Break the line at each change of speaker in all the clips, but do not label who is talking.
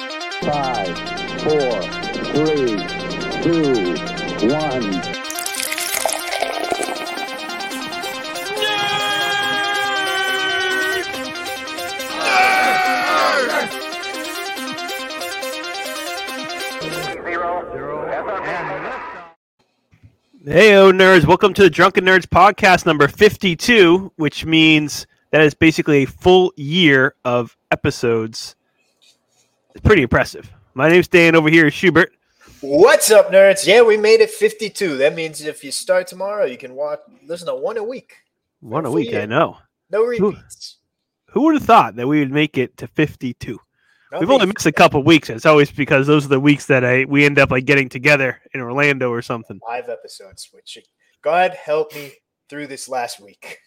Five, four, three, two, one.
Hey, oh nerds! Welcome to the Drunken Nerds podcast number fifty-two, which means that is basically a full year of episodes. It's pretty impressive. My name's Dan. Over here is Schubert.
What's up, nerds? Yeah, we made it 52. That means if you start tomorrow, you can watch listen to one a week.
One a
Full
week,
year.
I know.
No repeats.
Who would have thought that we would make it to fifty-two?
No
We've only
repeats.
missed a couple weeks. and It's always because those are the weeks that I we end up like getting together in Orlando or something.
live episodes, which God help me through this last week.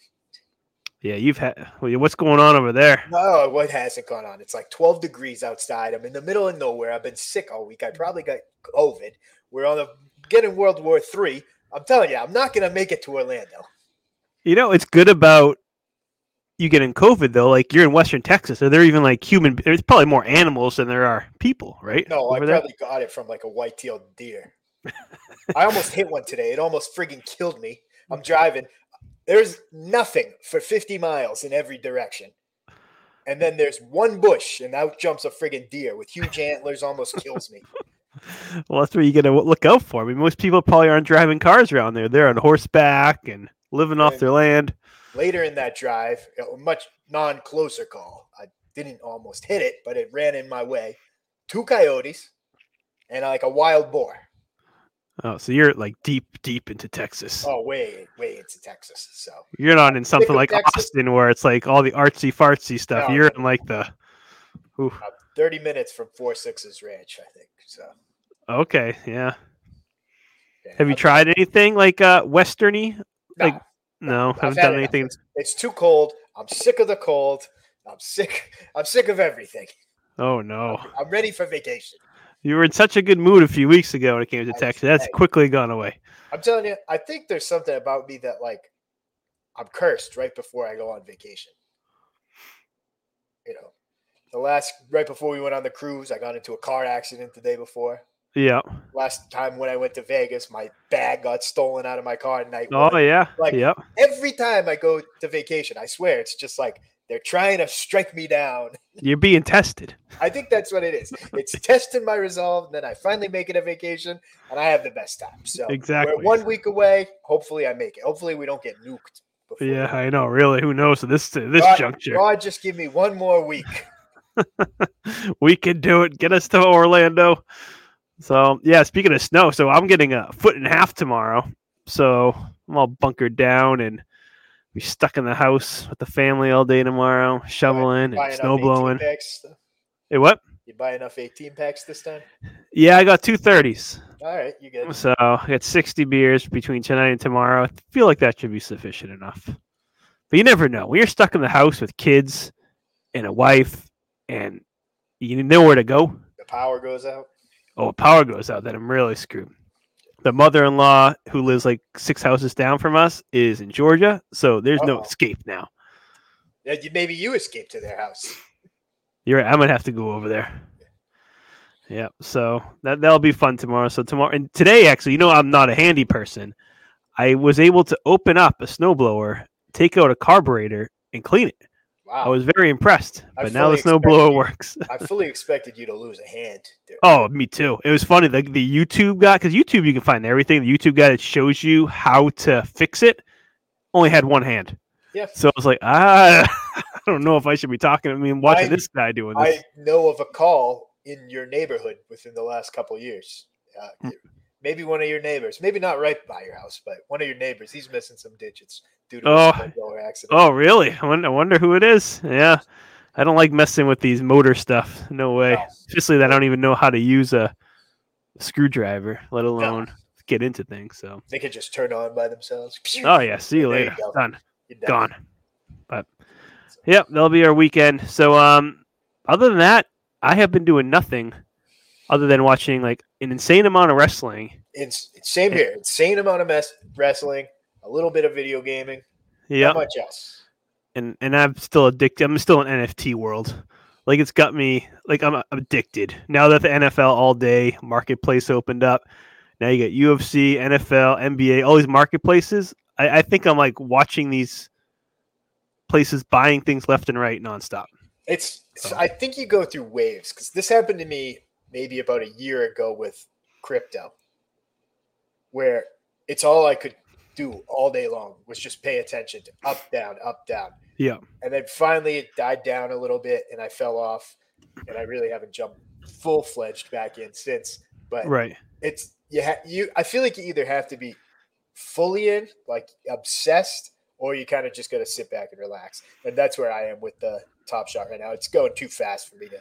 Yeah, you've had. well, What's going on over there?
No, Oh, what hasn't gone on? It's like 12 degrees outside. I'm in the middle of nowhere. I've been sick all week. I probably got COVID. We're on a getting World War Three. I'm telling you, I'm not gonna make it to Orlando.
You know, it's good about you getting COVID though. Like you're in Western Texas, are there even like human? There's probably more animals than there are people, right?
No, I
over there?
probably got it from like a white-tailed deer. I almost hit one today. It almost friggin' killed me. I'm driving. There's nothing for 50 miles in every direction. And then there's one bush, and out jumps a friggin' deer with huge antlers, almost kills me.
Well, that's what you got to look out for. I mean, most people probably aren't driving cars around there. They're on horseback and living off
Right.
their land.
Later in that drive, a much non closer call. I didn't almost hit it, but it ran in my way. Two coyotes and like a wild boar.
Oh, so you're like deep, deep into Texas.
Oh, way, way into Texas. So
You're not in something
of
like
Texas.
Austin where it's like all the artsy fartsy stuff.
No,
you're
no.
in like the. Ooh,
30 minutes from Four Sixes Ranch, I think. So
okay, yeah.
yeah,
Have you
I've-
tried anything like uh westerny?
No,
like- No,
I've
haven't
had
done
enough.
anything.
It's too cold. I'm sick of the cold. I'm sick. I'm sick of everything.
Oh no.
I'm ready for vacation.
You were in such a good mood a few weeks ago when it came to
I
Texas. That's
say.
quickly gone away.
I'm telling you, I think there's something about me that like I'm cursed right before I go on vacation. You know, the last right before we went on the cruise, I got into a car accident the day before.
Yeah.
Last time when I went to Vegas, my bag got stolen out of my car at night.
Oh
one.
yeah.
Like-
yeah.
Every time I go to vacation, I swear it's just like they're trying to strike me down.
You're being tested.
I think that's what it is. It's testing my resolve. Then I finally make it a vacation, and I have the best time. So
Exactly.
we're one week away. Hopefully, I make it. Hopefully, we don't get nuked. Before.
Yeah, I know. Really, who knows at this at this
God,
juncture?
God, just give me one more week.
We can do it. Get us to Orlando. So yeah, speaking of snow, so I'm getting a foot and a half tomorrow. So I'm all bunkered down and be stuck in the house with the family all day tomorrow, shoveling
Buy enough
and snow
18
blowing.
Packs.
Hey, what?
You buy enough 18 packs this time?
Yeah, I got two thirties.
All right, you good.
So I got 60 beers between tonight and tomorrow. I feel like that should be sufficient enough. But you never know. When you're stuck in the house with kids and a wife and you know where to go,
The power goes out.
oh, if power goes out, then I'm really screwed. The mother in law, who lives like six houses down from us, is in Georgia. So there's no
Uh-oh.
escape now.
Yeah, you- Maybe you escape to their house.
You're right. I'm gonna have to go over there. Yeah, so that that'll be fun tomorrow. So tomorrow and today, actually, you know, I'm not a handy person. I was able to open up a snowblower, take out a carburetor, and clean it.
Wow.
I was very impressed.
I
But now the
fully expected
snowblower
you-
works.
I fully expected you to lose a hand. dude.
Oh, me too. It was funny. The, the YouTube guy, because YouTube you can find everything. The YouTube guy that shows you how to fix it only had one hand.
Yeah.
So I was like, ah, I don't know if I should be talking. I mean, watching
I-
this guy doing this.
I know of a call in your neighborhood within the last couple years.
Hmm.
Uh, maybe one of your neighbors, maybe not right by your house, but one of your neighbors, he's missing some digits due to
Oh.
a snowblower accident.
Oh, really? I wonder, I wonder who it is. Yeah. I don't like messing with these motor stuff. No way.
No.
Especially that I don't even know how to use a screwdriver, let alone get into things. So,
They could just turn on by themselves. Phew,
oh, yeah. See you
There you
later.
go.
Done.
you're done.
Gone. But, yep, that'll be our weekend. So, um, other than that, I have been doing nothing other than watching like an insane amount of wrestling.
It's, it's same here. Insane amount of mess, wrestling, a little bit of video gaming. Not
Yeah.
much else.
And, and I'm still addicted. I'm still in NFT world. Like it's got me like I'm addicted. Now that the NFL all day marketplace opened up, now you got UFC, NFL, NBA, all these marketplaces. I, I think I'm like watching these places buying things left and right nonstop.
It's, it's I think you go through waves because this happened to me maybe about a year ago with crypto, where it's all I could do all day long was just pay attention to up, down, up, down.
Yeah.
And then finally it died down a little bit and I fell off and I really haven't jumped full fledged back in since. But
Right.
it's you ha- you I feel like you either have to be fully in, like obsessed, or you kind of just gotta sit back and relax. And that's where I am with the top shot right now. It's going too fast for me to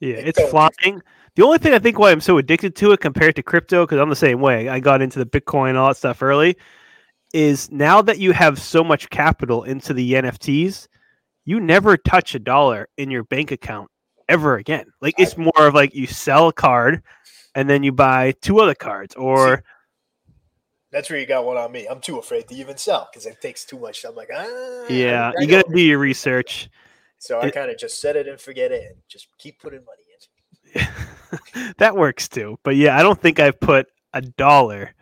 Yeah,
It
it's
goes.
flying. The only thing I think why I'm so addicted to it compared to crypto, because I'm the same way. I got into the Bitcoin and all that stuff early, is now that you have so much capital into the NFTs, you never touch a dollar in your bank account ever again. Like it's more of like you sell a card and then you buy two other cards or
that's where you got one on me. I'm too afraid to even sell because it takes too much. I'm like, ah,
yeah,
I
you
know.
got to do your research.
So I
it-
kind of just set it and forget it, and just keep putting money in.
that works too. But yeah, I don't think I've put a dollar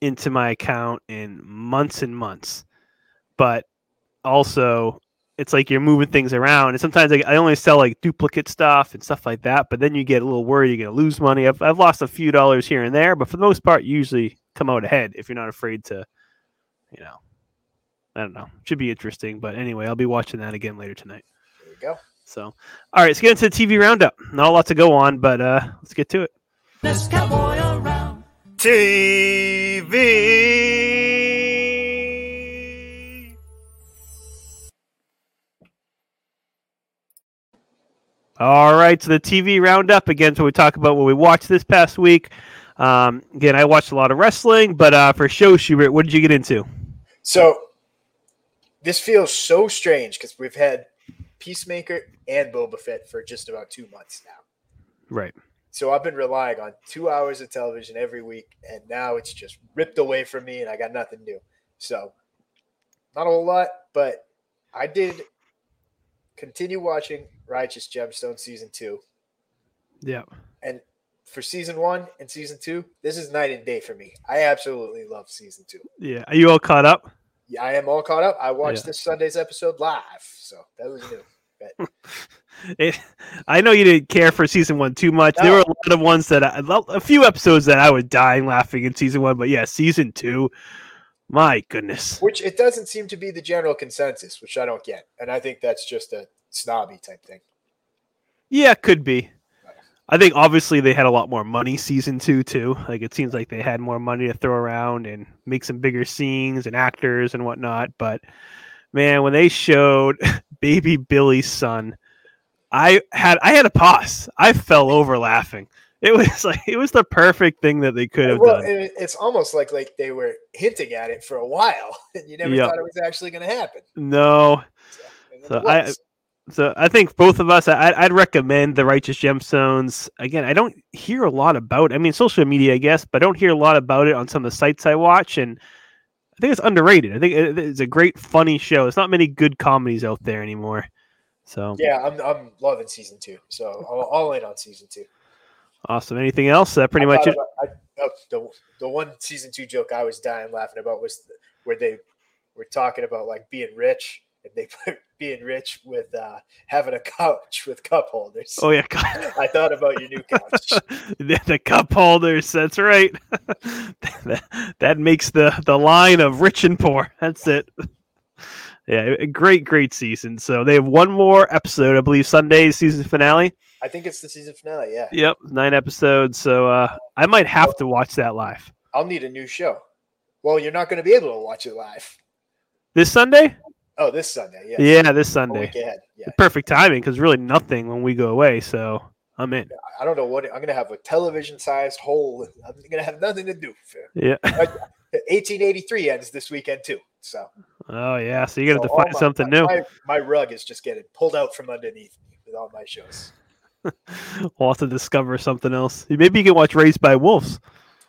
into my account in months and months. But also, it's like you're moving things around. And sometimes like, I only sell like duplicate stuff and stuff like that. But then you get a little worried you're going to lose money. I've, I've lost a few dollars here and there. But for the most part, you usually come out ahead if you're not afraid to, you know, I don't know. Should be interesting. But anyway, I'll be watching that again later tonight.
There you go.
So, all right, let's get into the TV roundup. Not a lot to go on, but uh, let's get to it.
Let's cowboy around.
All right, so the TV roundup again. So we talk about what we watched this past week. Um, again, I watched a lot of wrestling, but uh, for show Schubert, what did you get into?
So this feels so strange because we've had Peacemaker and Boba Fett for just about two months now.
Right.
So I've been relying on two hours of television every week, and now it's just ripped away from me, and I got nothing new. So not a whole lot, but I did continue watching Righteous Gemstone season two.
Yeah.
For season one and season two, this is night and day for me. I absolutely love season two.
Yeah. Are you all caught up?
Yeah, I am all caught up. I watched
Yeah.
this Sunday's episode live, so that was new.
It, Eh, I know you didn't care for season one too much. There
No.
were a lot of ones that I, a few episodes that I was dying laughing in season one, but yeah, season two, my goodness.
Which it doesn't seem to be the general consensus, which I don't get, and I think that's just a snobby type thing.
Yeah, could be. I think obviously they had a lot more money season two too. Like it seems like they had more money to throw around and make some bigger scenes and actors and whatnot. But man, when they showed baby Billy's son, I had I had a pause. I fell over laughing. It was like it was the perfect thing that they could have
well,
done.
it- it's almost like like they were hinting at it for a while, and you never
Yeah.
thought it was actually going to happen.
no,
And then
So
it
I-
was.
So I think both of us, I, I'd recommend the Righteous Gemstones. Again, I don't hear a lot about. I mean, social media, I guess, but I don't hear a lot about it on some of the sites I watch. And I think it's underrated. I think it- it's a great, funny show. There's not many good comedies out there anymore. So
yeah, I'm I'm loving season two, so all, all in on season two.
awesome. Anything else? That pretty
I
much
thought
it.
about- I- oh, the the one season two joke I was dying laughing about was th- where they were talking about like being rich and they put being rich with uh, having a couch with cup holders.
Oh yeah, God.
I thought about your new couch.
the, the cup holders. That's right. that, that makes the the line of rich and poor. That's it. Yeah, a great, great season. So they have one more episode, I believe, Sunday's season finale.
I think it's the season finale. Yeah,
Yep, nine episodes. So uh, I might have to watch that live
I'll need a new show. Well, you're not going to be able to watch it live.
this Sunday.
Oh, this Sunday. Yeah.
Yeah, this
A
Sunday.
week ahead. Oh, Yeah.
Perfect timing because really nothing when we go away. So I'm in.
I don't know what I'm gonna have a television sized hole. I'm gonna have nothing to do. For
Yeah.
1883 ends this weekend too. So
Oh yeah. So you're gonna
so
have to
all
find
my-
something
my-
new.
My, my rug is just getting pulled out from underneath me with all my shows.
We'll have to discover something else. Maybe you can watch Raised by Wolves.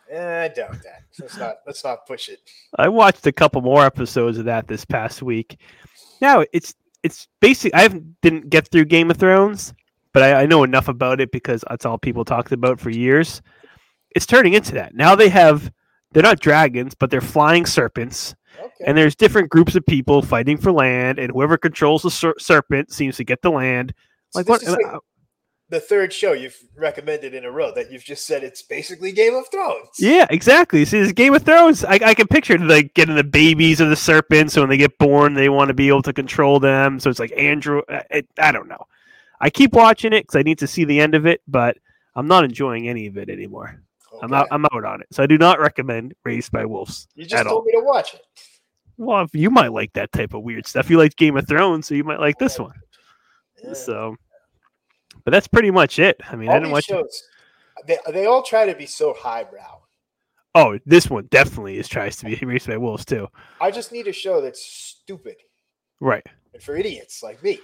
Eh, I doubt that. Let's not let's not push it.
I watched a couple more episodes of that this past week. Now it's it's basic. I haven't- didn't get through Game of Thrones, but I, I know enough about it because that's all people talked about for years. It's turning into that now. They have they're not dragons, but they're flying serpents,
Okay.
and there's different groups of people fighting for land, and whoever controls the ser- serpent seems to get the land.
So
Like
this
what? uh,
is like the third show you've recommended in a row that you've just said it's basically Game of Thrones.
Yeah, exactly. See, this Game of Thrones, I, I can picture like getting the babies of the serpents. So when they get born, they want to be able to control them. So it's like Andrew. I, I- I don't know. I keep watching it because I need to see the end of it, but I'm not enjoying any of it anymore. I'm
Okay.
out. I'm out on it. So I do not recommend Raised by Wolves.
You just
at all.
told me to watch it.
Well, if you might like that type of weird stuff. You like Game of Thrones, so you might like this one.
Oh, Yeah.
So, but that's pretty much it. I mean, I
all
didn't
these
watch.
shows, they, they all try to be so highbrow.
Oh, this one definitely is tries to be Raised by Wolves too.
I just need a show that's stupid
Right.
and for idiots like me.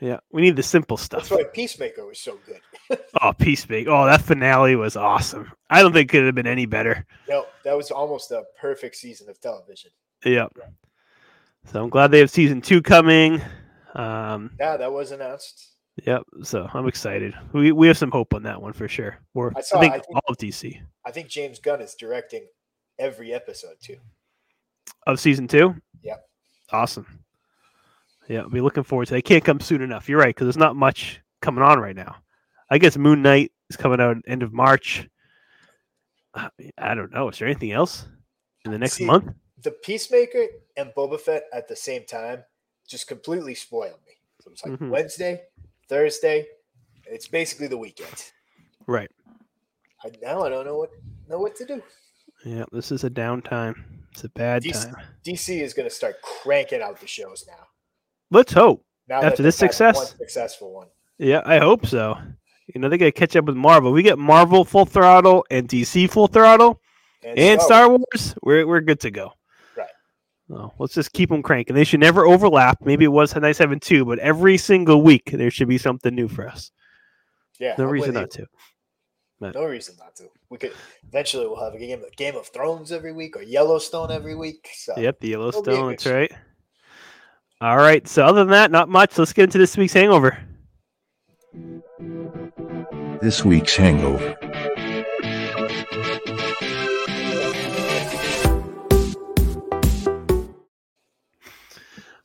Yeah, we need the simple stuff.
That's why Peacemaker was so good.
Oh, Peacemaker. Oh, that finale was awesome. I don't think it could have been any better.
No, that was almost a perfect season of television.
Yep. So I'm glad they have season two coming. Um,
Yeah, that was announced.
yep. So I'm excited. We we have some hope on that one for sure. Or I,
I saw-
think
I think-
all of DC
I think James Gunn is directing every episode too.
of season two.
Yep.
Awesome. Yeah, I'll be looking forward to. It can't come soon enough. You're right because there's not much coming on right now. I guess Moon Knight is coming out end of March. I I don't know. Is there anything else in the next
See,
month?
The Peacemaker and Boba Fett at the same time just completely spoiled me. So it's like
Mhm.
Wednesday, Thursday. It's basically the weekend.
Right.
I, now I don't know what know what to do.
Yeah, this is a downtime. It's a bad
Dec-
time.
DC is going to start cranking out the shows now.
Let's hope.
Now
After
that
this
they've had one
success?
successful one.
Yeah, I hope so. You know, they gotta catch up with Marvel. We get Marvel full throttle and DC full throttle and, Star Wars. We're we're good to go.
Right.
No, let's just keep them cranking. They should never overlap. Maybe it was nice having two, but every single week there should be something new for us.
Yeah,
No
I'm
reason
with you.
not to.
No reason not to. We could eventually we'll have a game of Game of Thrones every week or Yellowstone every week. So
Yep, the Yellowstone. That's
good-
right. All right. So other than that, not much. Let's get into this week's hangover.
This week's hangover.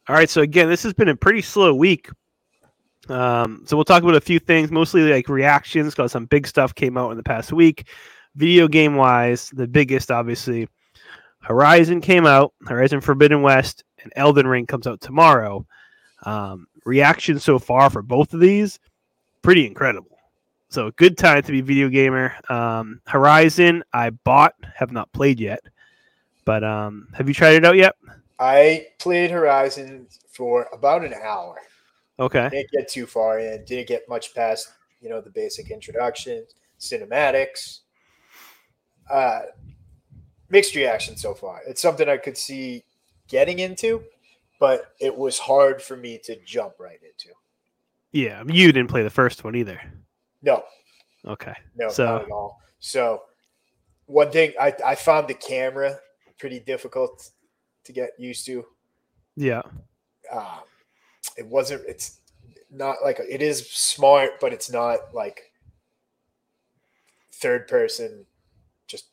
All right, so again, this has been a pretty slow week. Um, so we'll talk about a few things, mostly like reactions, because some big stuff came out in the past week. Video game wise, the biggest, obviously, Horizon came out, Horizon Forbidden West, and Elden Ring comes out tomorrow. Um, reaction so far for both of these, pretty incredible. So good time to be a video gamer. Um, Horizon, I bought, have not played yet, but um, have you tried it out yet?
I played Horizon for about an hour.
Okay.
Didn't get too far in. Didn't get much past you know the basic introduction, cinematics. Uh, mixed reaction so far. It's something I could see getting into, but it was hard for me to jump right into.
Yeah, I mean, you didn't play the first one either.
No,
Okay.
No,
So-
not at all. So one thing I, I found the camera pretty difficult to get used to.
Yeah.
Um, it wasn't. It's not like it is smart, but it's not like third person. Just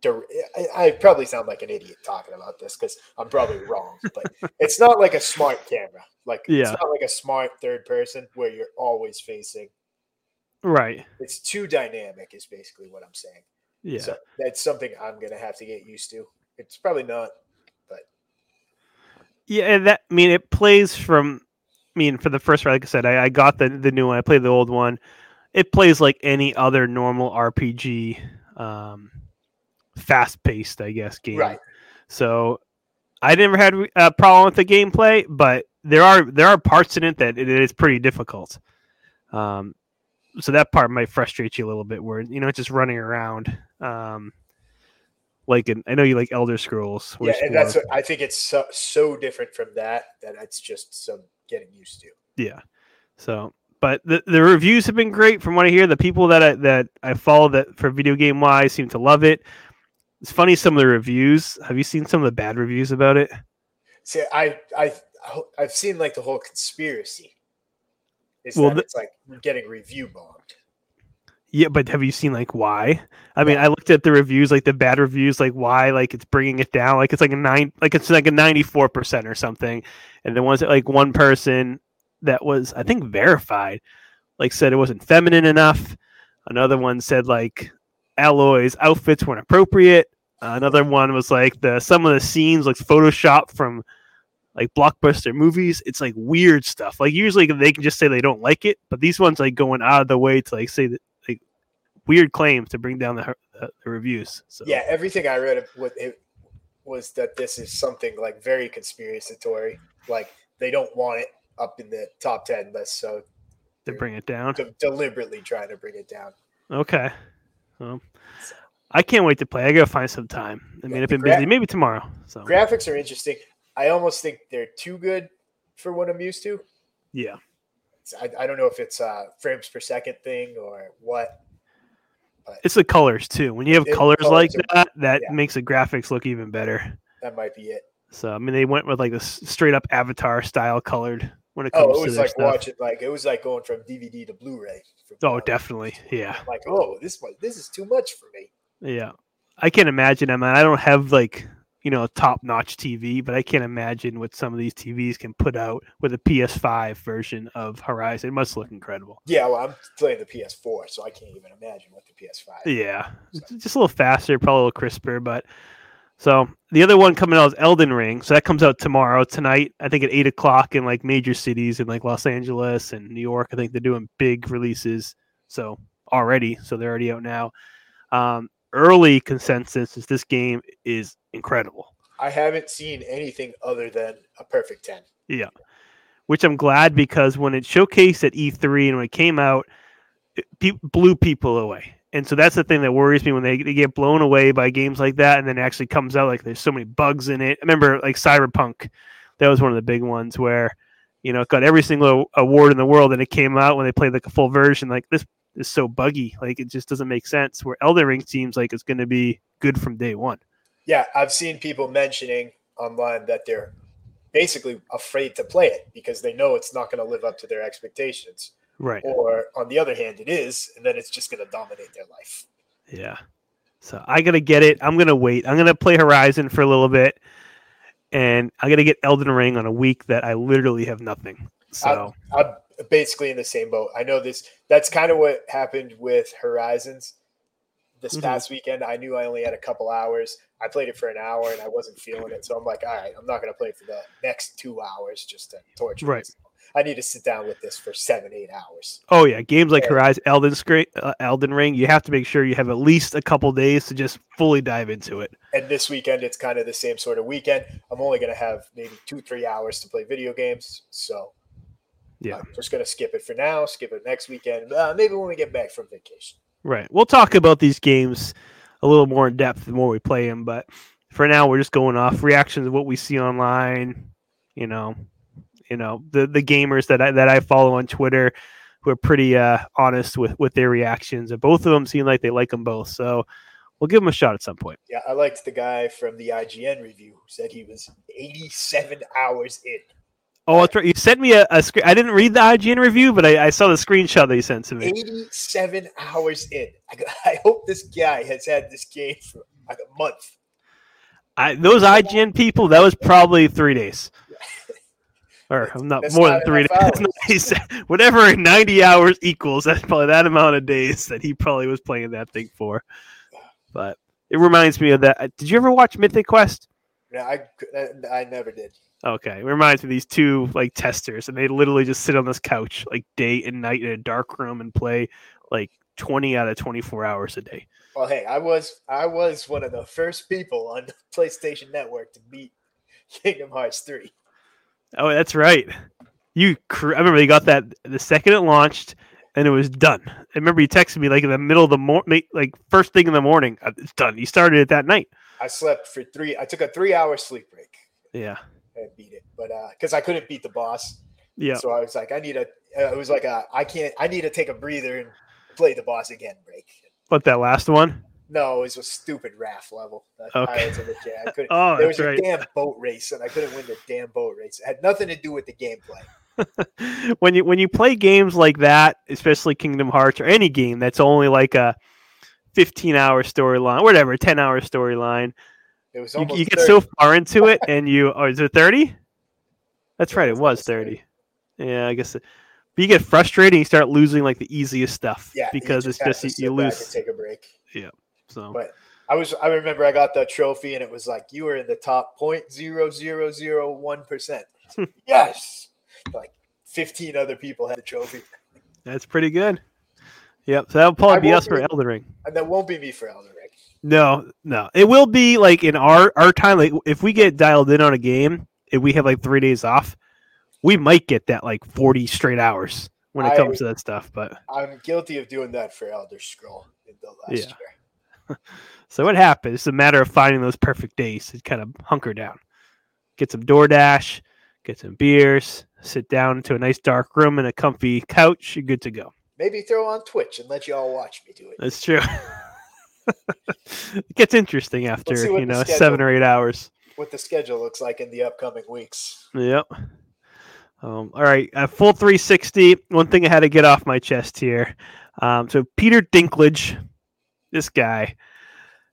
dir- I, I probably sound like an idiot talking about this because I'm probably wrong, but it's not like a smart camera. Like
Yeah.
it's not like a smart third person where you're always facing.
Right.
It's too dynamic. Is basically what I'm saying.
Yeah.
So that's something I'm gonna have to get used to. It's probably not.
Yeah, and that I mean it plays from I mean for the first round, like I said, I, I got the the new one, I played the old one. It plays like any other normal RPG um fast paced, I guess, game.
Right.
So I never had a problem with the gameplay, but there are there are parts in it that it is pretty difficult. Um, so that part might frustrate you a little bit, where you know it's just running around. Um, like in, I know you like Elder Scrolls. where
Yeah,
it's
and that's
more-
what I think it's so, so different from that that it's just some getting used to.
yeah. So, but the the reviews have been great from what I hear. The people that I that I follow that for video game wise seem to love it. It's funny some of the reviews. Have you seen some of the bad reviews about it?
See, I I ho- I've seen like the whole conspiracy. Is
Well,
that
the-
it's like getting review bombed.
Yeah, but have you seen like why? I mean, I looked at the reviews, like the bad reviews, like why, like it's bringing it down, like it's like a nine, like it's like a ninety-four percent or something. And the ones that like one person that was, I think, verified, like said it wasn't feminine enough. Another one said like Alloy's outfits weren't appropriate. Another one was like the some of the scenes like Photoshop from like blockbuster movies. It's like weird stuff. Like usually they can just say they don't like it, but these ones like going out of the way to like say that weird claims to bring down the, the, the reviews. So
Yeah, everything I read of what it was that this is something like very conspiratorial. Like they don't want it up in the top ten list, so
to bring it down.
de- deliberately trying to bring it down.
Okay. Well, I can't wait to play. I gotta find some time. I mean,
Yeah,
I've been
gra-
busy. Maybe tomorrow. So
Graphics are interesting. I almost think they're too good for what I'm used to.
yeah,
It's- I, I don't know if it's uh, frames per second thing or what.
it's the colors too. When you have
It-
colors, like
colors
that, that
yeah.
makes the graphics look even better.
That might be it.
So I mean, they went with like this straight up Avatar style colored when it comes
Oh, it
to
was
their
like
stuff.
watching like it was like going from DVD to Blu-ray. from-
Oh, definitely. Yeah.
Like oh, this one this is too much for me.
Yeah, I can't imagine. I mean, I don't have like you know a top notch TV, but I can't imagine what some of these TVs can put out with a PS5 version of Horizon. It must look incredible.
Yeah, well, I'm playing the PS4, so I can't even imagine what the PS5.
Yeah, it's just a little faster, probably a little crisper, but. So the other one coming out is Elden Ring. So that comes out tomorrow, tonight. I think at eight o'clock in like major cities in like Los Angeles and New York. I think they're doing big releases. So already, so they're already out now. Um, early consensus is this game is incredible.
I haven't seen anything other than a perfect 10.
which I'm glad because when it showcased at E3 and when it came out, it pe- blew people away. And so that's the thing that worries me when they, they get blown away by games like that, and then it actually comes out like there's so many bugs in it. I remember like Cyberpunk, that was one of the big ones where you know it got every single award in the world, and it came out when they played like a full version like this is so buggy, like it just doesn't make sense. Where Elden Ring seems like it's going to be good from day one.
Yeah, I've seen people mentioning online that they're basically afraid to play it because they know it's not going to live up to their expectations.
Right.
Or on the other hand, it is, and then it's just going to dominate their life.
Yeah. So I gotta get it. I'm gonna wait. I'm gonna play Horizon for a little bit, and I'm gonna get Elden Ring on a week that I literally have nothing. So
I'm basically in the same boat. I know this. That's kind of what happened with Horizons this
Mhm.
past weekend. I knew I only had a couple hours. I played it for an hour and I wasn't feeling it, so I'm like, all right, I'm not going to play for the next two hours just to torture.
Right.
myself. I need to sit down with this for seven, eight hours.
oh yeah, games like
Yeah.
Horizon, Elden, Scra- uh, Elden Ring, you have to make sure you have at least a couple days to just fully dive into it.
And this weekend, it's kind of the same sort of weekend. I'm only going to have maybe two, three hours to play video games, so
Yeah.
I'm just going to skip it for now. Skip it next weekend. Uh, maybe when we get back from vacation.
Right. We'll talk about these games a little more in depth the more we play them, but for now we're just going off reactions of what we see online, you know, you know, the the gamers that I that I follow on Twitter who are pretty uh honest with with their reactions and both of them seem like they like them both. So we'll give them a shot at some point.
Yeah, I liked the guy from the IGN review who said he was 87 hours in.
Oh, that's right. You sent me a, a screen. I didn't read the IGN review, but I, I saw the screenshot that you sent to me.
87 hours in. I, go- I hope this guy has had this game for like a month.
I, those IGN people, that was probably three days. Or
That's-
I'm not
that's
more
not
than three days.
enough
That's not- he said- whatever 90 hours equals, that's probably that amount of days that he probably was playing that thing for. But it reminds me of that. uh, Did you ever watch Mythic Quest?
No, I, I, I never did.
Okay, it reminds me of these two like testers, and they literally just sit on this couch like day and night in a dark room and play like 20 out of 24 hours a day.
Well, hey, I was I was one of the first people on the PlayStation Network to beat Kingdom Hearts 3.
Oh, that's right. You, cr- I remember you got that the second it launched, and it was done. I remember you texted me like in the middle of the morning, like first thing in the morning. "Uh, It's done. You started it that night.
I slept for three. I took a three hour sleep break
Yeah,
and beat it, but because I couldn't beat the boss,
yeah,
So I was like, I need a. uh, It was like a. I can't. I need to take a breather and play the boss again. Break.
What that last one?
No, it was a stupid raft level. The
Okay.
Pirates of the Jan- I couldn't-
Oh,
there
that's
was a
right.
damn boat race, and I couldn't win the damn boat race. It had nothing to do with the gameplay.
when you when you play games like that, especially Kingdom Hearts or any game that's only like a 15 hour storyline, whatever, 10 hour storyline,
It was
you,
almost
you get
30.
so far into it and you oh is it 30? That's
Yeah,
right, it
it's
was
almost 30.
30. Yeah, I guess. It, but you get frustrated, and you start losing like the easiest stuff
yeah, you
because it's
have
just
to
you,
sit
you
back
lose.
And take a break.
So
But I was I remember I got the trophy and it was like you were in the top point zero zero zero one percent.
Hmm.
Yes. Like fifteen other people had the trophy.
that's pretty good. Yep. So that'll probably
I
be
will
us for
be-
Elden Ring.
And that won't be me for Elden Ring.
No, no. It will be like in our our time. Like if we get dialed in on a game and we have like three days off, we might get that like forty straight hours when it
I-
comes to that stuff. But
I'm guilty of doing that for Elder Scroll in the last
Yeah.
year.
so what happens? It's a matter of finding those perfect days to kind of hunker down, get some DoorDash, get some beers, sit down into a nice dark room and a comfy couch. You're good to go.
Maybe throw on Twitch and let you all watch me do it.
That's true. it gets interesting after
see what
you
the
know seven
schedule-
or eight hours.
What the schedule looks like in the upcoming weeks.
Yep. Um, all right, uh, full 360. One thing I had to get off my chest here. Um, so Peter Dinklage, this guy.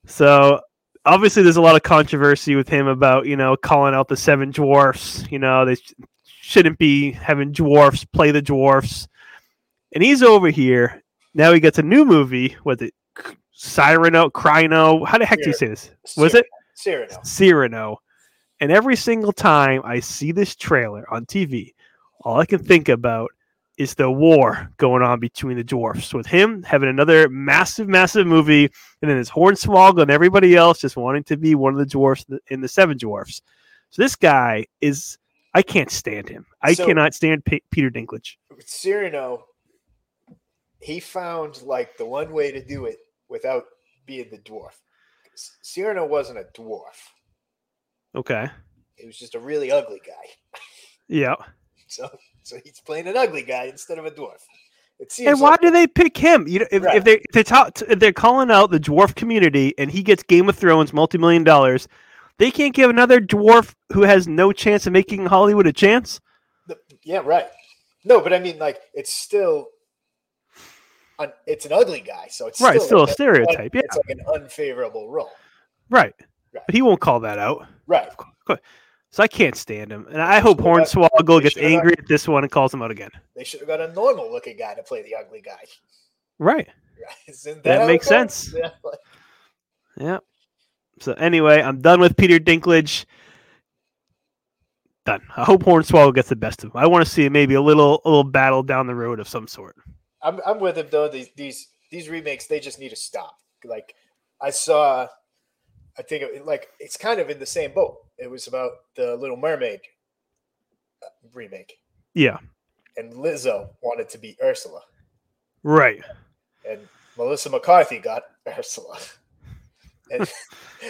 So obviously, there's a lot of controversy with him about you know calling out the seven dwarfs. You know they sh- shouldn't be having dwarfs play the dwarfs, and he's over here now. He gets a new movie with it, C- Cyrano, Crino. How the heck do you say this? Was it?
Cyrano?
Cyrano. And every single time I see this trailer on TV, all I can think about is the war going on between the dwarfs with him having another massive, massive movie, and then his Hornswoggle and everybody else just wanting to be one of the dwarfs in the- in the Seven Dwarfs. So this guy is. I can't stand him. I
So-
cannot stand P- Peter Dinklage.
Cyrano, he found like the one way to do it without being the dwarf. C- Cyrano wasn't a dwarf.
Okay.
He was just a really ugly guy.
Yeah.
So so he's playing an ugly guy instead of a dwarf. It seems
And why
like
do they pick him? You know, if,
Right.
if they if they're, ta- if they're calling out the dwarf community and he gets Game of Thrones multi million dollars, they can't give another dwarf who has no chance of making Hollywood a chance.
the- yeah, right. No, but I mean like it's still an, it's an ugly guy, so it's
Right, it's still a
like un-
stereotype, yeah.
It's like an unfavorable role.
Right.
Right.
But he won't call that out,
Right.
so I can't stand him. And I hope
should've got-
Hornswoggle
they
gets
should've got-
angry at this one and calls him out again.
They should have got a normal looking guy to play the ugly guy.
Right.
Isn't that,
That
how it
makes
goes?
sense.
Yeah, like-
Yeah. So anyway, I'm done with Peter Dinklage. Done. I hope Hornswoggle gets the best of him. I want to see maybe a little a little battle down the road of some sort.
I'm I'm with him though. These these these remakes they just need to stop. Like I saw, I think it, like it's kind of in the same boat. It was about the Little Mermaid uh, remake,
Yeah.
and Lizzo wanted to be Ursula,
Right.
and Melissa McCarthy got Ursula, and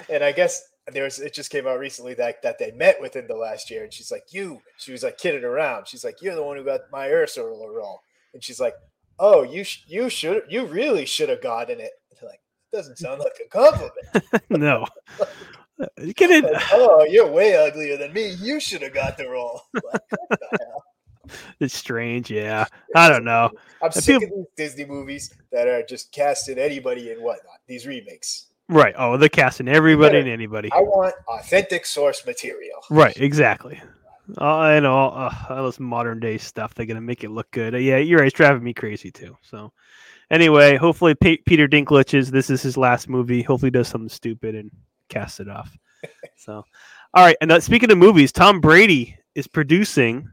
and I guess. There's it just came out recently that that they met within the last year, and she's like, "You," she was like kidding around. She's like, "You're the one who got my Ursula role," and she's like, oh, you sh- you should you really should have gotten it. It's Like doesn't sound like a compliment.
no. Get it.
Like, oh, you're way uglier than me. You should have got the role. Like, what the hell?
It's strange. Yeah. I don't know.
I'm
I
sick
feel-
of these Disney movies that are just casting anybody and whatnot. These remakes.
Right. Oh, they're casting everybody and anybody.
I want authentic source material.
Right. Exactly. Uh, and all, uh, all this modern day stuff. They're going to make it look good. Uh, yeah. You're right. It's driving me crazy too. So, anyway, hopefully Pe- Peter Dinklage is, this is his last movie. Hopefully he does something stupid and cast it off. so, all right. And uh, speaking of movies, Tom Brady is producing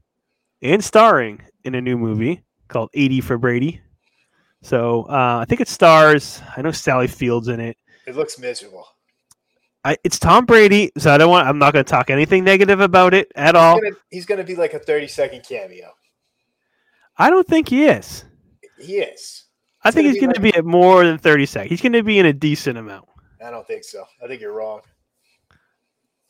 and starring in a new movie called 80 for Brady. So, uh, I think it stars, I know Sally Fields in it.
It looks miserable.
I, it's Tom Brady, so I don't want. I'm not going to talk anything negative about it at all.
He's gonna, he's gonna be like a 30 second cameo.
I don't think he is.
He is.
I
It's
think
gonna
he's
be
going to be at more than 30 seconds. He's going to be in a decent amount.
I don't think so. I think you're wrong.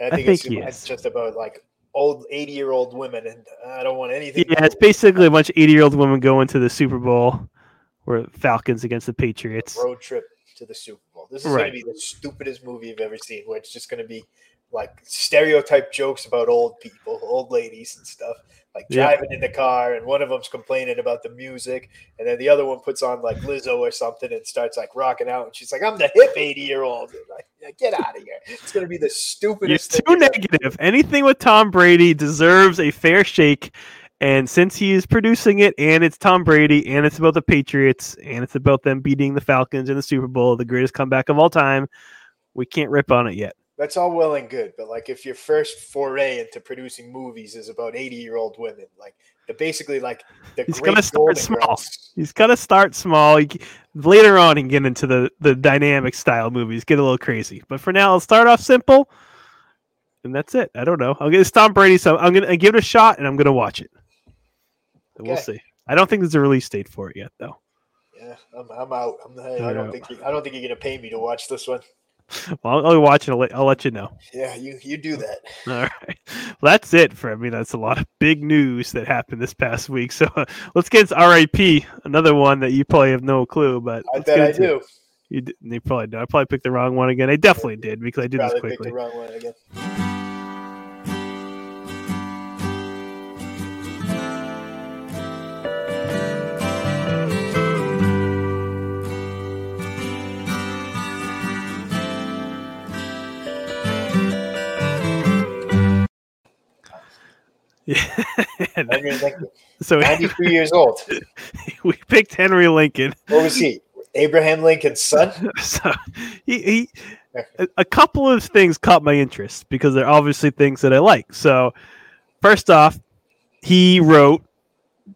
I
I
think, it's,
think he
it's
is.
just about like old 80 year old women, and I don't want anything. to
Yeah,
do
it's
with
basically a bunch of 80 year old women going to the Super Bowl, or Falcons against the Patriots.
road trip to the Super Bowl. level. This is going
Right.
to be the stupidest movie I've ever seen, where it's just going to be like stereotype jokes about old people, old ladies, and stuff. Like
Yeah.
driving in the car, and one of them's complaining about the music, and then the other one puts on like Lizzo or something and starts like rocking out, and she's like, "I'm the hip eighty year old." Like, get out of here! It's going to be the
You're
stupidest.
too
thing you've ever-
negative. Anything with Tom Brady deserves a fair shake. And since he is producing it, and it's Tom Brady, and it's about the Patriots, and it's about them beating the Falcons in the Super Bowl, the greatest comeback of all time, we can't rip on it yet.
That's all well and good, but like if your first foray into producing movies is about eighty-year-old women, like they're basically like the
He's
great
gonna start
Golden
small.
Girls.
He's got to start small. He c- Later on, he can get into the, the dynamic style movies, get a little crazy. But for now, I'll start off simple, and that's it. I don't know. I'll get it's Tom Brady, so I'm gonna I give it a shot, and I'm gonna watch it. And We'll
Okay.
see. I don't think there's a release date for it yet, though.
Yeah, I'm, I'm out. I'm, I
You're
don't
out.
think you, I don't think you're gonna pay me to watch this one.
Well, I'll, I'll watch it. I'll let, I'll let you know.
Yeah, you you do that.
All right. Well, that's it for. I mean, that's a lot of big news that happened this past week. So uh, let's get into RIP. Another one that you probably have no clue, but
I
let's
bet
get
I
into it.
do.
You d- they probably did. I probably picked the wrong one again. I definitely did because I did this
Probably picked the
quickly.
wrong one again.
Yeah. And
Henry Lincoln,
so
ninety-three years old.
we picked Henry Lincoln.
What was he? Abraham Lincoln's son.
So he, he a- a couple of things caught my interest because they're obviously things that I like. So first off, he wrote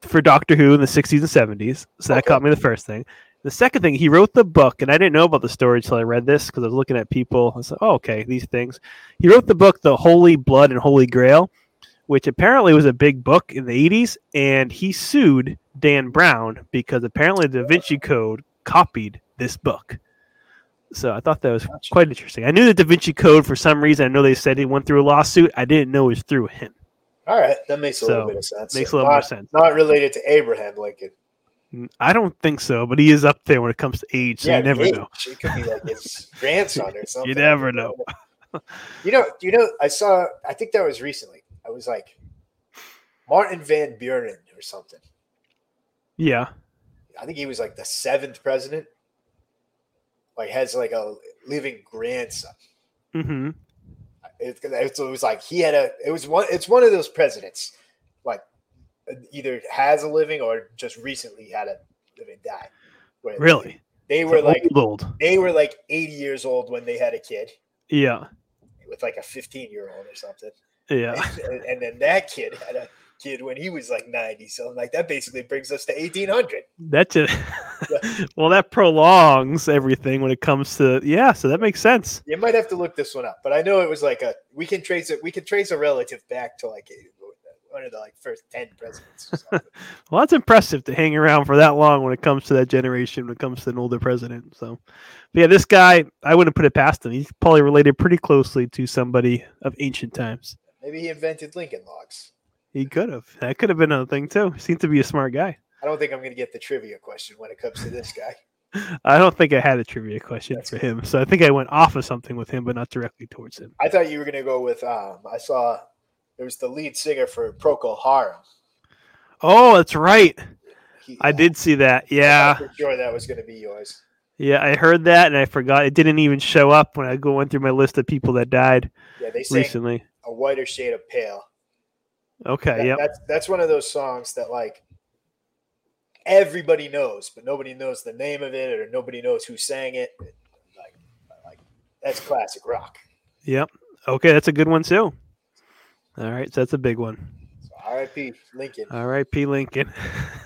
for Doctor Who in the 60s and 70s. So that
Okay.
caught me the first thing. The second thing, he wrote the book, and I didn't know about the story until I read this because I was looking at people. I was like, oh, okay, these things. He wrote the book, The Holy Blood and Holy Grail, which apparently was a big book in the 80s, and he sued Dan Brown because apparently the Da Vinci Code copied this book. So I thought that was
Gotcha.
quite interesting. I knew the Da Vinci Code for some reason. I know they said it went through a lawsuit. I didn't know it was through him.
All right, that makes a
So,
little bit of sense.
makes
So
a little more
not-
sense.
Not related to Abraham Lincoln.
N- I don't think so, but he is up there when it comes to age, so you never
age.
know.
It could be like his grandson or something.
never know.
You know, you know, I saw I think that was recently. I was like Martin Van Buren or something.
Yeah.
I think he was like the seventh president. Like has like a living grandson.
hmm
It, it was like he had a it was one it's one of those presidents like either has a living or just recently had a living die. Where
Really?
They were like
old, old.
they were like 80 years old when they had a kid
Yeah.
with like a 15 year old or something.
Yeah.
And, and then that kid had a kid when he was like 90. So like that basically brings us to 1800.
That just well, that prolongs everything when it comes to yeah. So that makes sense.
You might have to look this one up, but I know it was like a we can trace it. We can trace a relative back to like one of the like first 10 presidents. Or something.
Well, that's impressive to hang around for that long when it comes to that generation. When it comes to an older president, so but yeah, this guy I wouldn't put it past him. He's probably related pretty closely to somebody of ancient times.
Maybe he invented Lincoln Logs.
He could have. That could have been another thing too. He seemed to be a smart guy.
I don't think I'm going to get the trivia question when it comes to this guy.
I don't think I had a trivia question
That's
for him, so I think I went off of something with him, but not directly towards him.
I thought you were going to go with um I saw there was the lead singer for Procol Harum.
Oh, that's right.
He-
I did see that.
I
Yeah.
thought For sure, that was going to be yours.
Yeah, I heard that and I forgot. It didn't even show up when I go went through my list of people that died
Yeah, they sang
recently.
a whiter shade of pale.
Okay,
That-
yep.
That's that's one of those songs that like everybody knows, but nobody knows the name of it, or nobody knows who sang it. Like, like that's classic rock.
Yep. Okay, that's a good one too. All right, so that's a big one.
So R.I.P. Lincoln.
All right, P. Lincoln.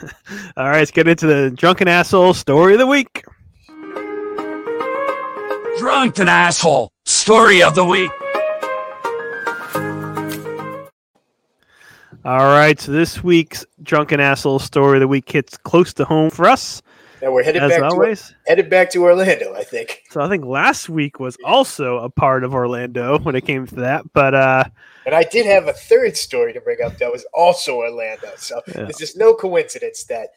All right, let's get into the drunken asshole story of the week.
Drunken asshole. Story of the week.
All right, so this week's drunken asshole story of the week hits close to home for us,
now we're headed
as
back to,
always.
headed back to Orlando. I think
So I think last week was also a part of Orlando when it came to that, but uh,
And I did have a third story to bring up that was also Orlando. So
Yeah.
it's just no coincidence that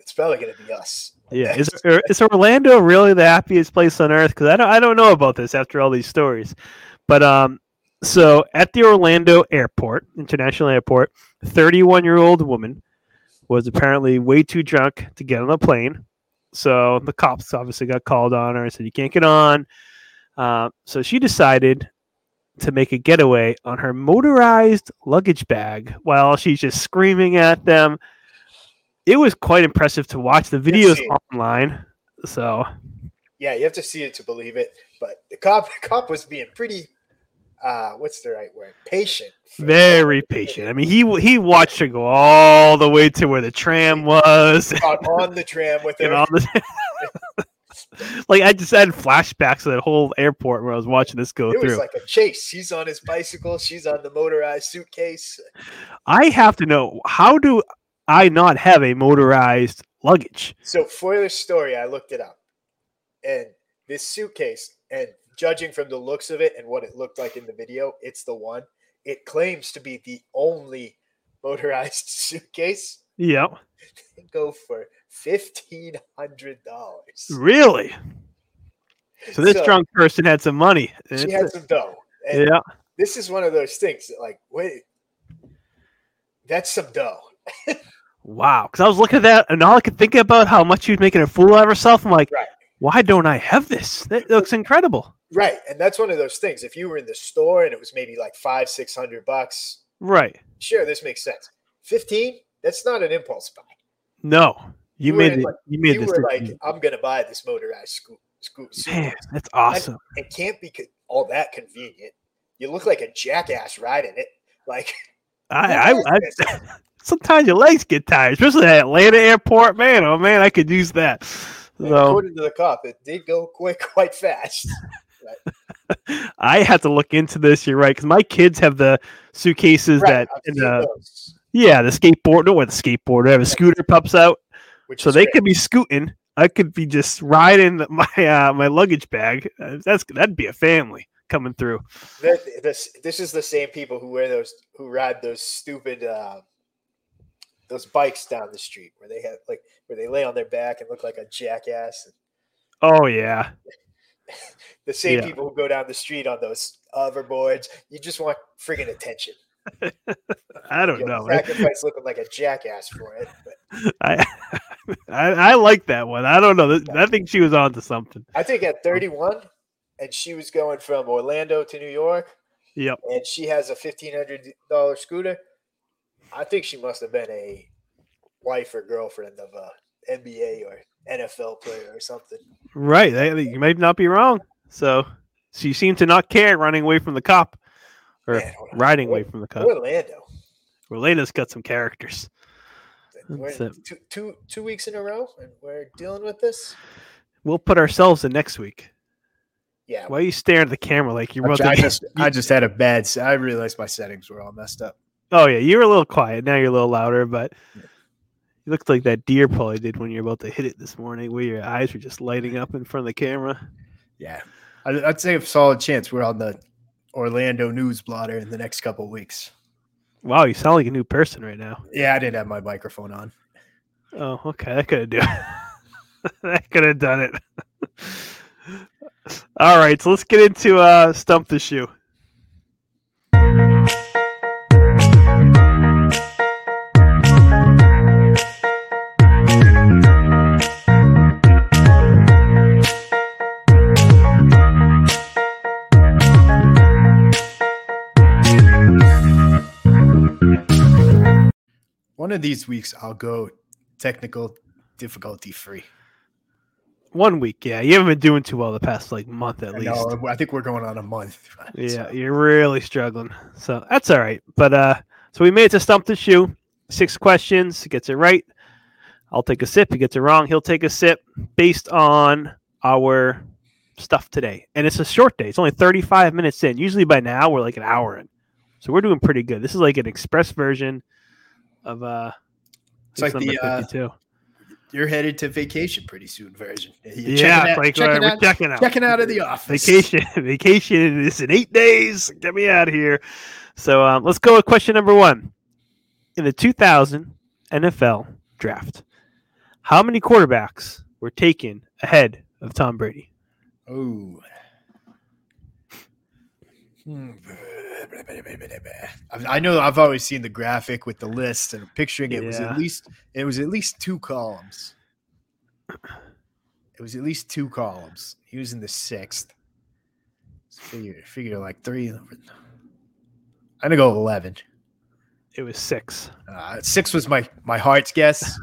it's probably going to be us.
Yeah, is er, is Orlando really the happiest place on earth? Because I don't I don't know about this after all these stories, but um, so at the Orlando airport, international airport, thirty-one year old woman was apparently way too drunk to get on the plane, so the cops obviously got called on her and said you can't get on. Uh, so she decided to make a getaway on her motorized luggage bag while she's just screaming at them. It was quite impressive to watch the videos
see.
online. So
Yeah, you have to see it to believe it. But the cop, the cop was being pretty. Uh, what's the right word? Patient. for-
very patient. I mean, he he watched her go all the way to where the tram was
on, on the tram with
and
her.
all this. like I just had flashbacks of that whole airport where I was watching this go
it
through.
was like a chase. He's on his bicycle. She's on the motorized suitcase.
I have to know how do I not have a motorized luggage?
So for this story, I looked it up, and this suitcase, and judging from the looks of it and what it looked like in the video, it's the one. It claims to be the only motorized suitcase.
Yeah,
They go for fifteen hundred dollars.
really. So this
So-
drunk person had some money.
She
It's-
had some dough. And
yeah,
this is one of those things that, like, wait, that's some dough.
wow. Because I was looking at that, and all I could think about how much she was making a fool out of herself. I'm like,
Right.
why don't I have this? That looks incredible.
Right. And that's one of those things. If you were in the store and it was maybe like five, six hundred bucks,
Right.
sure, this makes sense. Fifteen? That's not an impulse buy.
No, you,
You were
made
in,
it.
like-
you made
you
this.
were like, I'm gonna buy this motorized scoop scoop
man,
suitcase.
that's awesome.
It can't be co- all that convenient. You look like a jackass riding it. Like
I, I,
who
I,
does this?
sometimes your legs get tired, especially at Atlanta airport. Man, oh man, I could use that.
And
So
according to the cop, it did go quite quite fast.
I had to look into this. You're right, because my kids have the suitcases
Right,
that,
I've
and
seen
the,
those,
yeah, the skateboard, or the skateboard, whatever, scooter pops out.
which
So
is
they
great.
could be scooting. I could be just riding my uh, my luggage bag. Uh, That's that'd be a family coming through.
That- this this is the same people who wear those who ride those stupid uh, those bikes down the street where they have like where they lay on their back and look like a jackass. And
Oh yeah,
the same
Yeah.
people who go down the street on those hoverboards. You just want friggin' attention.
I don't
You'll
know. man.
sacrifice looking like a jackass for it. But
I, I I like that one. I don't know. Th- I think she was on to something.
I think
Um,
at 31, and she was going from Orlando to New York,
Yep.
and she has a fifteen hundred dollar scooter. I think she must have been a wife or girlfriend of a NBA or NFL player or something.
Right. I think you might not be wrong. So she seemed to not care running away from the cop or
Man, Or-
riding
Or-
away from the cop.
Orlando.
Rolena's got some characters.
We're
That's it.
two, two, two weeks in a row, and we're dealing with this.
We'll put ourselves in next week.
Yeah,
Why are you staring at the camera like you're about
I
to?
just I just had a bad. se- I realized my settings were all messed up.
Oh yeah, you were a little quiet. Now you're a little louder, but you looked like that deer probably did when you're about to hit it this morning, where your eyes were just lighting up in front of the camera.
Yeah, I, I'd say a solid chance we're on the Orlando news blotter in the next couple of weeks.
Wow, you sound like a new person right now.
Yeah, I didn't have my microphone on.
Oh, okay. That could have done. that could have done it. All right, so let's get into uh, stump the shoe.
One of these weeks, I'll go technical difficulty free.
One week, yeah. You haven't been doing too well the past like month at
I
least.
know, I think we're going on a month.
Yeah,
So,
you're really struggling. So that's all right. But uh so we made it to stump the shoe. Six questions. He gets it right. I'll take a sip. He gets it wrong. He'll take a sip based on our stuff today. And it's a short day. It's only 35 minutes in. Usually by now we're like an hour in. So we're doing pretty good. This is like an express version of uh
It's like
this number
the, uh,
52.
you're headed to vacation pretty soon, version. You're
yeah,
checking
it's
out,
like uh,
checking,
we're, we're
out,
checking out.
checking out of the office.
vacation vacation is in eight days get me out of here so um, let's go with question number one in the 2000 nfl draft how many quarterbacks were were taken ahead of Tom Brady.
Oh. Hmm. I know I've always seen the graphic with the list and picturing it was
Yeah.
at least it was at least two columns. It was at least two columns. He was in the sixth. So Figure figure like three. I'm gonna go eleven.
It was six.
Uh, six was my my heart's guess.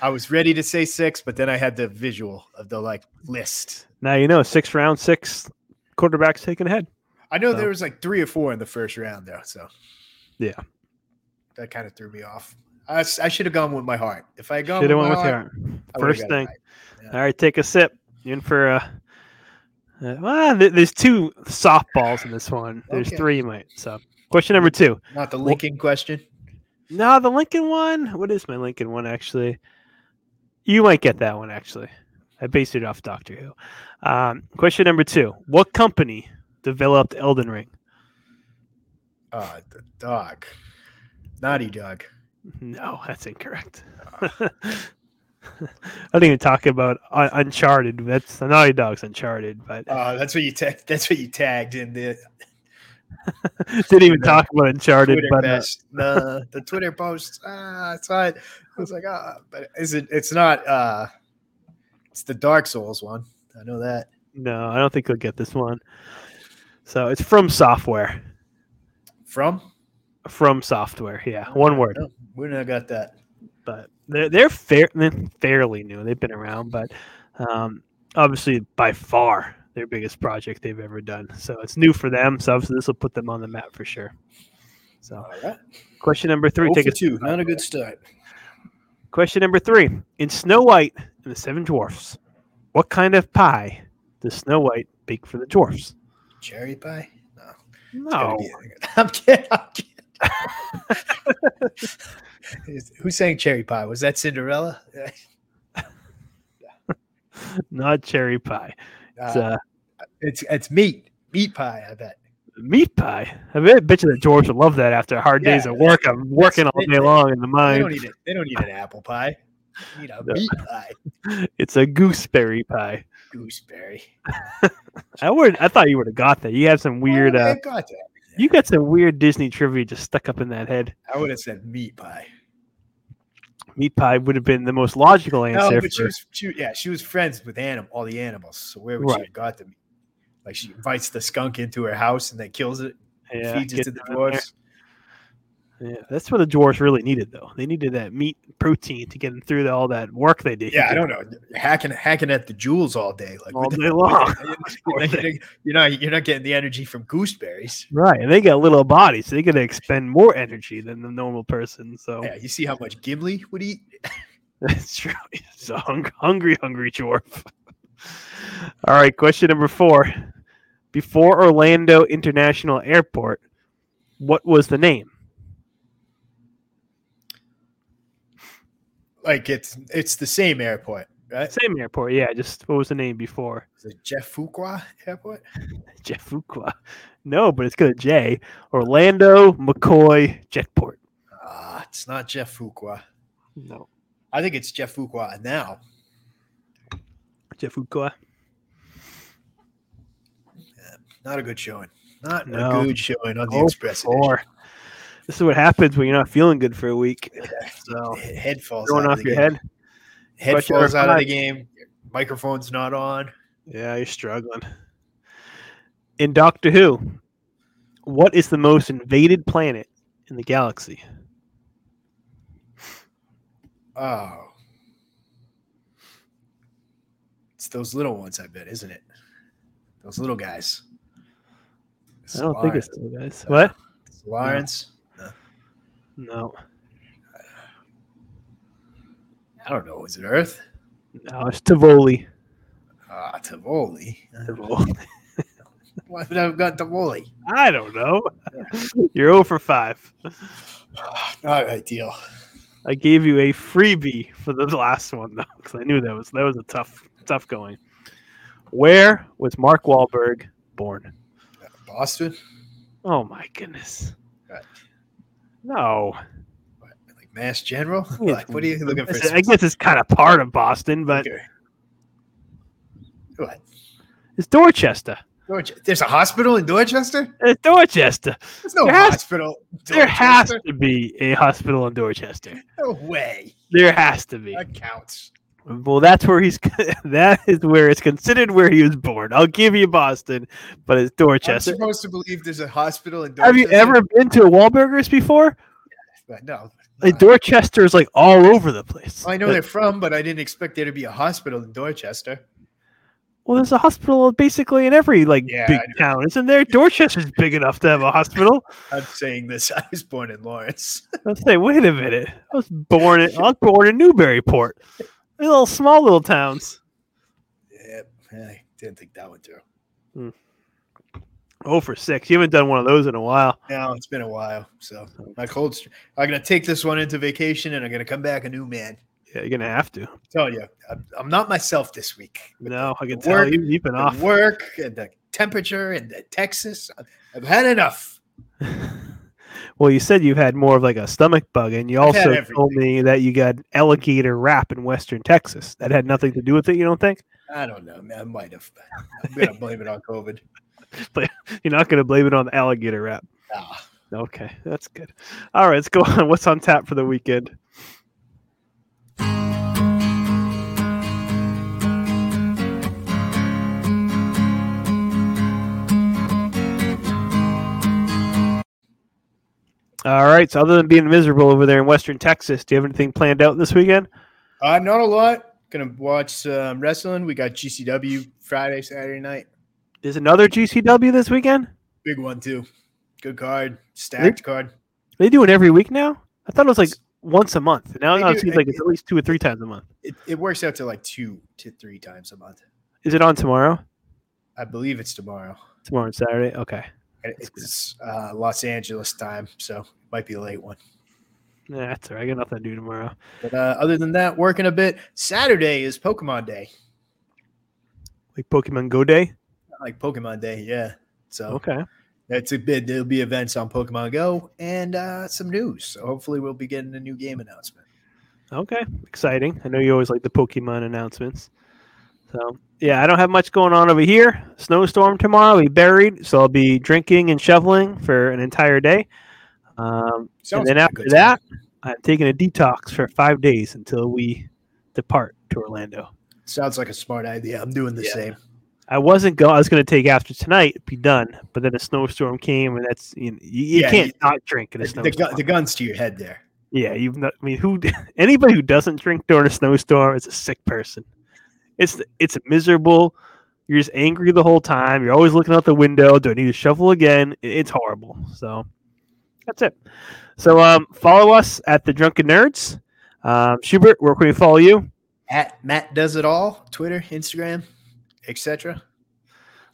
I was ready to say six, but then I had the visual of the like list.
Now you know six round six quarterbacks taken ahead.
I know
So-
there was like three or four in the first round though, so
Yeah.
that kind of threw me off. I, s- I should have gone with my heart. If Oh, I had gone
Should have
with
went
my
with
heart,
Aaron.
I would've
First
got it
thing.
right.
All right, take a sip. You in for a. Uh, well, th- there's two softballs in this one. There's
Okay.
three, mate. So, question number two.
not the Lincoln question.
No, the Lincoln one. What is my Lincoln one actually? You might get that one actually. I based it off Doctor Who. Um, question number two: What company developed Elden Ring?
Uh, the dog, naughty dog.
No, that's incorrect. I don't even talk about Un- Uncharted. That's the Naughty Dog's Uncharted, but
Uh, that's what you ta- that's what you tagged in the
didn't even talk about Uncharted.
Twitter
but uh,
post. The, the Twitter post. Ah, I saw it. I was like, ah, but is it? It's not. uh It's the Dark Souls one. I know that.
no, I don't think you'll get this one. So it's from software.
From
From software, yeah, one word.
No, we not got that.
but they're they're fair they're fairly new. They've been around, but um, obviously by far their biggest project they've ever done. So it's new for them. So obviously this will put them on the map for sure. So
right.
question number Oh. three. Take a
two. Not a good start.
question number three. In Snow White and the Seven Dwarfs, what kind of pie does Snow White bake for the dwarfs?
Cherry pie. No. it's gotta
No,
be- Oh I'm kidding. I'm kidding. Is- Who's saying cherry pie? Was that Cinderella? Uh,
not cherry pie. It's
Uh,
uh,
it's it's meat, meat pie. I bet.
meat pie. I bet bet you the dwarfs would love that after hard days
Yeah,
of work. I'm working all
they-
day long in the
They
mine.
don't need it. They don't need an apple pie. They need a
No.
meat pie.
It's a gooseberry pie.
Gooseberry.
I would. I thought you would have got that. You have some weird.
Oh, I
Uh,
got that.
you got some weird Disney trivia just stuck up in that head.
I would have said meat pie.
Meat pie would have been the most logical
No,
answer.
but she
for-
was, she, yeah, she was friends with animal, all the animals. So where would she
Right.
have got the meat? Like she invites the skunk into her house and then kills it,
yeah,
feeds it
get
to the
down there.
dwarves.
Yeah, that's what the dwarves really needed, though. They needed that meat protein to get them through all that work they did.
Yeah, I don't know, hacking hacking at the jewels all day, like
all
what the-
day long.
you're, not getting, you're not you're not getting the energy from gooseberries.
right, and they got little bodies, so they're gonna expend more energy than the normal person. So
Yeah, you see how much Gimli would eat.
That's true. It's a hung- hungry, hungry dwarf. All right, question number four. Before Orlando International Airport, what was the name?
Like it's it's the same airport, right?
Same airport, yeah. Just what was the name before
Is it Jeff Fuqua Airport?
Jeffukwa? No, but it's got a J. Orlando McCoy Jetport.
Ah, it's not Jeff Fuqua.
No,
I think it's Jeff Fuqua now.
Jeffukwa.
Not a good showing. Not
No.
a good showing on the
Oh,
Express. edition.
Or this is what happens when you're not feeling good for a week. So
Head falls
going
out
off
of the
your
game.
head.
Head
Question
falls out of the
five.
game. Microphone's not on.
Yeah, you're struggling. In Doctor Who, what is the most invaded planet in the galaxy?
Oh. It's those little ones, I bet, isn't it? Those little guys.
I don't think it's those guys.
Uh,
What?
Lawrence.
No,
I don't know. Is it Earth?
no, it's Tivoli.
Ah, Tivoli.
Tivoli.
Why would I have got Tivoli?
I don't know. You're 0 for 5.
Not ideal.
I gave you a freebie for the last one though, because I knew that was that was a tough tough going. Where was Mark Wahlberg born?
Boston?
Oh my goodness.
Right.
No.
Like Mass General? Like, what are you looking for?
I guess it's kind of part of Boston, but
Okay. What?
It's Dorchester.
Dorche- There's a hospital in Dorchester?
It's Uh, Dorchester.
There's no
There has-
hospital. in
There has
Dorchester.
to be a hospital in Dorchester.
no way.
There has to be.
That counts.
Well, that's where he's. That is where it's considered where he was born. I'll give you Boston, but it's Dorchester.
I'm supposed to believe there's a hospital in Dorchester.
Have you ever been to a Wahlburgers before?
But no.
Like Dorchester is like all over the place.
I know they're from, but I didn't expect there to be a hospital in Dorchester.
Well, there's a hospital basically in every like
Yeah,
big
I know.
town, isn't there? Dorchester's big enough to have a hospital.
I'm saying this. I was born in Lawrence.
I'll say, wait a minute. I was born in I was born in Newburyport. They're little small little towns.
yep. I didn't think that would do.
Oh for six. You haven't done one of those in a while.
No, it's been a while. So my cold. str- I'm gonna take this one into vacation, and I'm gonna come back a new man.
Yeah, you're gonna have to.
Tell you, I'm, I'm not myself this week.
No, I can
the
tell
work-
you you've been
The
off.
work and the temperature and the Texas. I- I've had enough.
Well, you said you had more of like a stomach bug, and you
I've had
also told me that you got alligator wrap in western Texas. That had nothing to do with it, you don't think?
I don't know. man, I might have. I'm gonna blame it on COVID.
You're not gonna blame it on the alligator wrap.
Nah.
Okay, that's good. All right, let's go on. What's on tap for the weekend? All right. So, other than being miserable over there in Western Texas, do you have anything planned out this weekend?
Uh, not a lot. Gonna watch some wrestling. We got GCW Friday, Saturday night.
There's another GCW this weekend.
Big one too. Good card. Stacked card.
They do it every week now. I thought it was like once a month. Now
They
now it
do-
seems like it's at least two or three times a month.
It, it works out to like two to three times a month.
Is it on tomorrow?
I believe it's tomorrow.
Tomorrow and Saturday. Okay.
And It's uh, Los Angeles time, so it might be a late one.
Nah, that's all right. I got nothing to do tomorrow.
But uh, other than that, working a bit. Saturday is Pokemon Day.
like Pokemon Go Day.
Like Pokemon Day, yeah. So
Okay.
that's a bit. There'll be events on Pokemon Go and uh, some news. So hopefully we'll be getting a new game announcement.
Okay. Exciting. I know you always like the Pokemon announcements. So yeah, I don't have much going on over here. Snowstorm tomorrow. I'll be buried, so I'll be drinking and shoveling for an entire day. Um, and
Sounds
then
like a
after
good
that,
time.
I'm taking a detox for five days until we depart to Orlando.
sounds like a smart idea. I'm doing the
Yeah.
same.
I wasn't going. I was going to take after tonight, be done. But then a snowstorm came, and that's you, know, you, you
Yeah,
can't
you-
not drink in a
The,
snowstorm.
the, gu- the guns to your head there.
Yeah, you've not, I mean, who? Anybody who doesn't drink during a snowstorm is a sick person. It's it's miserable. You're just angry the whole time. You're always looking out the window. Do I need to shovel again? I- It's horrible. So that's it. So um, follow us at the Drunken Nerds. Um, Schubert, where can we follow you?
at Matt Does It All, Twitter, Instagram, etc.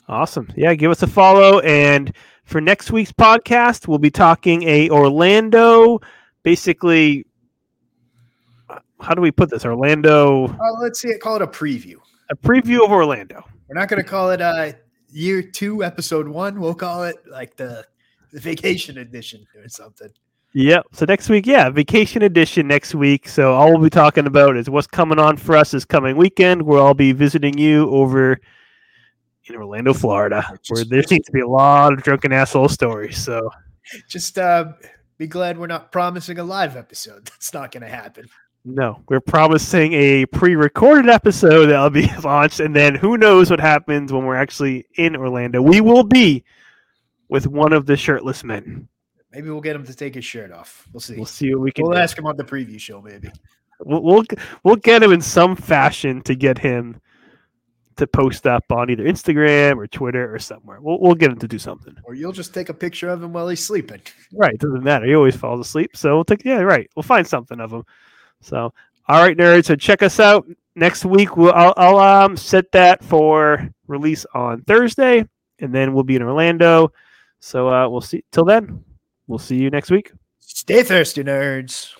Awesome. Yeah, give us a follow. And for next week's podcast, we'll be talking a Orlando, basically. uh, How do we put this? Orlando.
Uh, let's see, call it a preview.
a preview of Orlando.
We're not going to call it uh, year two, episode one. We'll call it like the, the vacation edition or something.
Yep. So next week, yeah, vacation edition next week. So all we'll be talking about is what's coming on for us this coming weekend, where I'll be visiting you over in Orlando, Florida, where there seems to be a lot of drunken asshole stories. So
Just uh, be glad we're not promising a live episode. That's not going to happen.
no, we're promising a pre-recorded episode that'll be launched, and then who knows what happens when we're actually in Orlando. We will be with one of the shirtless men.
Maybe we'll get him to take his shirt off. We'll see.
We'll
We'll,
see what we can. do.
ask him on the preview show, maybe.
we'll, we'll we'll get him in some fashion to get him to post up on either Instagram or Twitter or somewhere. We'll we'll get him to do something.
Or you'll just take a picture of him while he's sleeping.
Right, doesn't matter. He always falls asleep, so we'll take yeah, right. We'll find something of him. So, all right, nerds. So check us out next week. We'll I'll, I'll um set that for release on Thursday, and then we'll be in Orlando. So uh, we'll see. Till then, we'll see you next week.
Stay thirsty, nerds.